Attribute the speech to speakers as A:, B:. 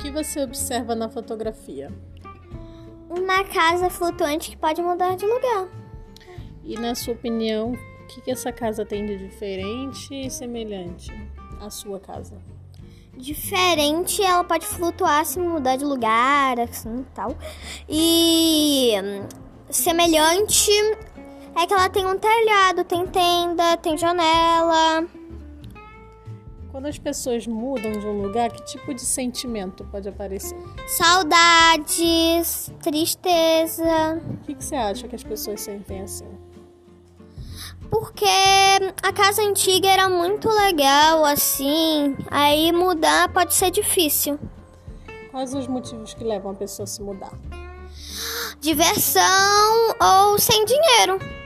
A: que você observa na fotografia?
B: Uma casa flutuante que pode mudar de lugar.
A: E na sua opinião, o que, que essa casa tem de diferente e semelhante à sua casa?
B: Diferente, ela pode flutuar, se mudar de lugar, assim tal. E hum, semelhante é que ela tem um telhado, tem tenda, tem janela.
A: Quando as pessoas mudam de um lugar, que tipo de sentimento pode aparecer?
B: Saudades, tristeza.
A: O que, que você acha que as pessoas sentem assim?
B: Porque a casa antiga era muito legal assim, aí mudar pode ser difícil.
A: Quais os motivos que levam a pessoa a se mudar?
B: Diversão ou sem dinheiro.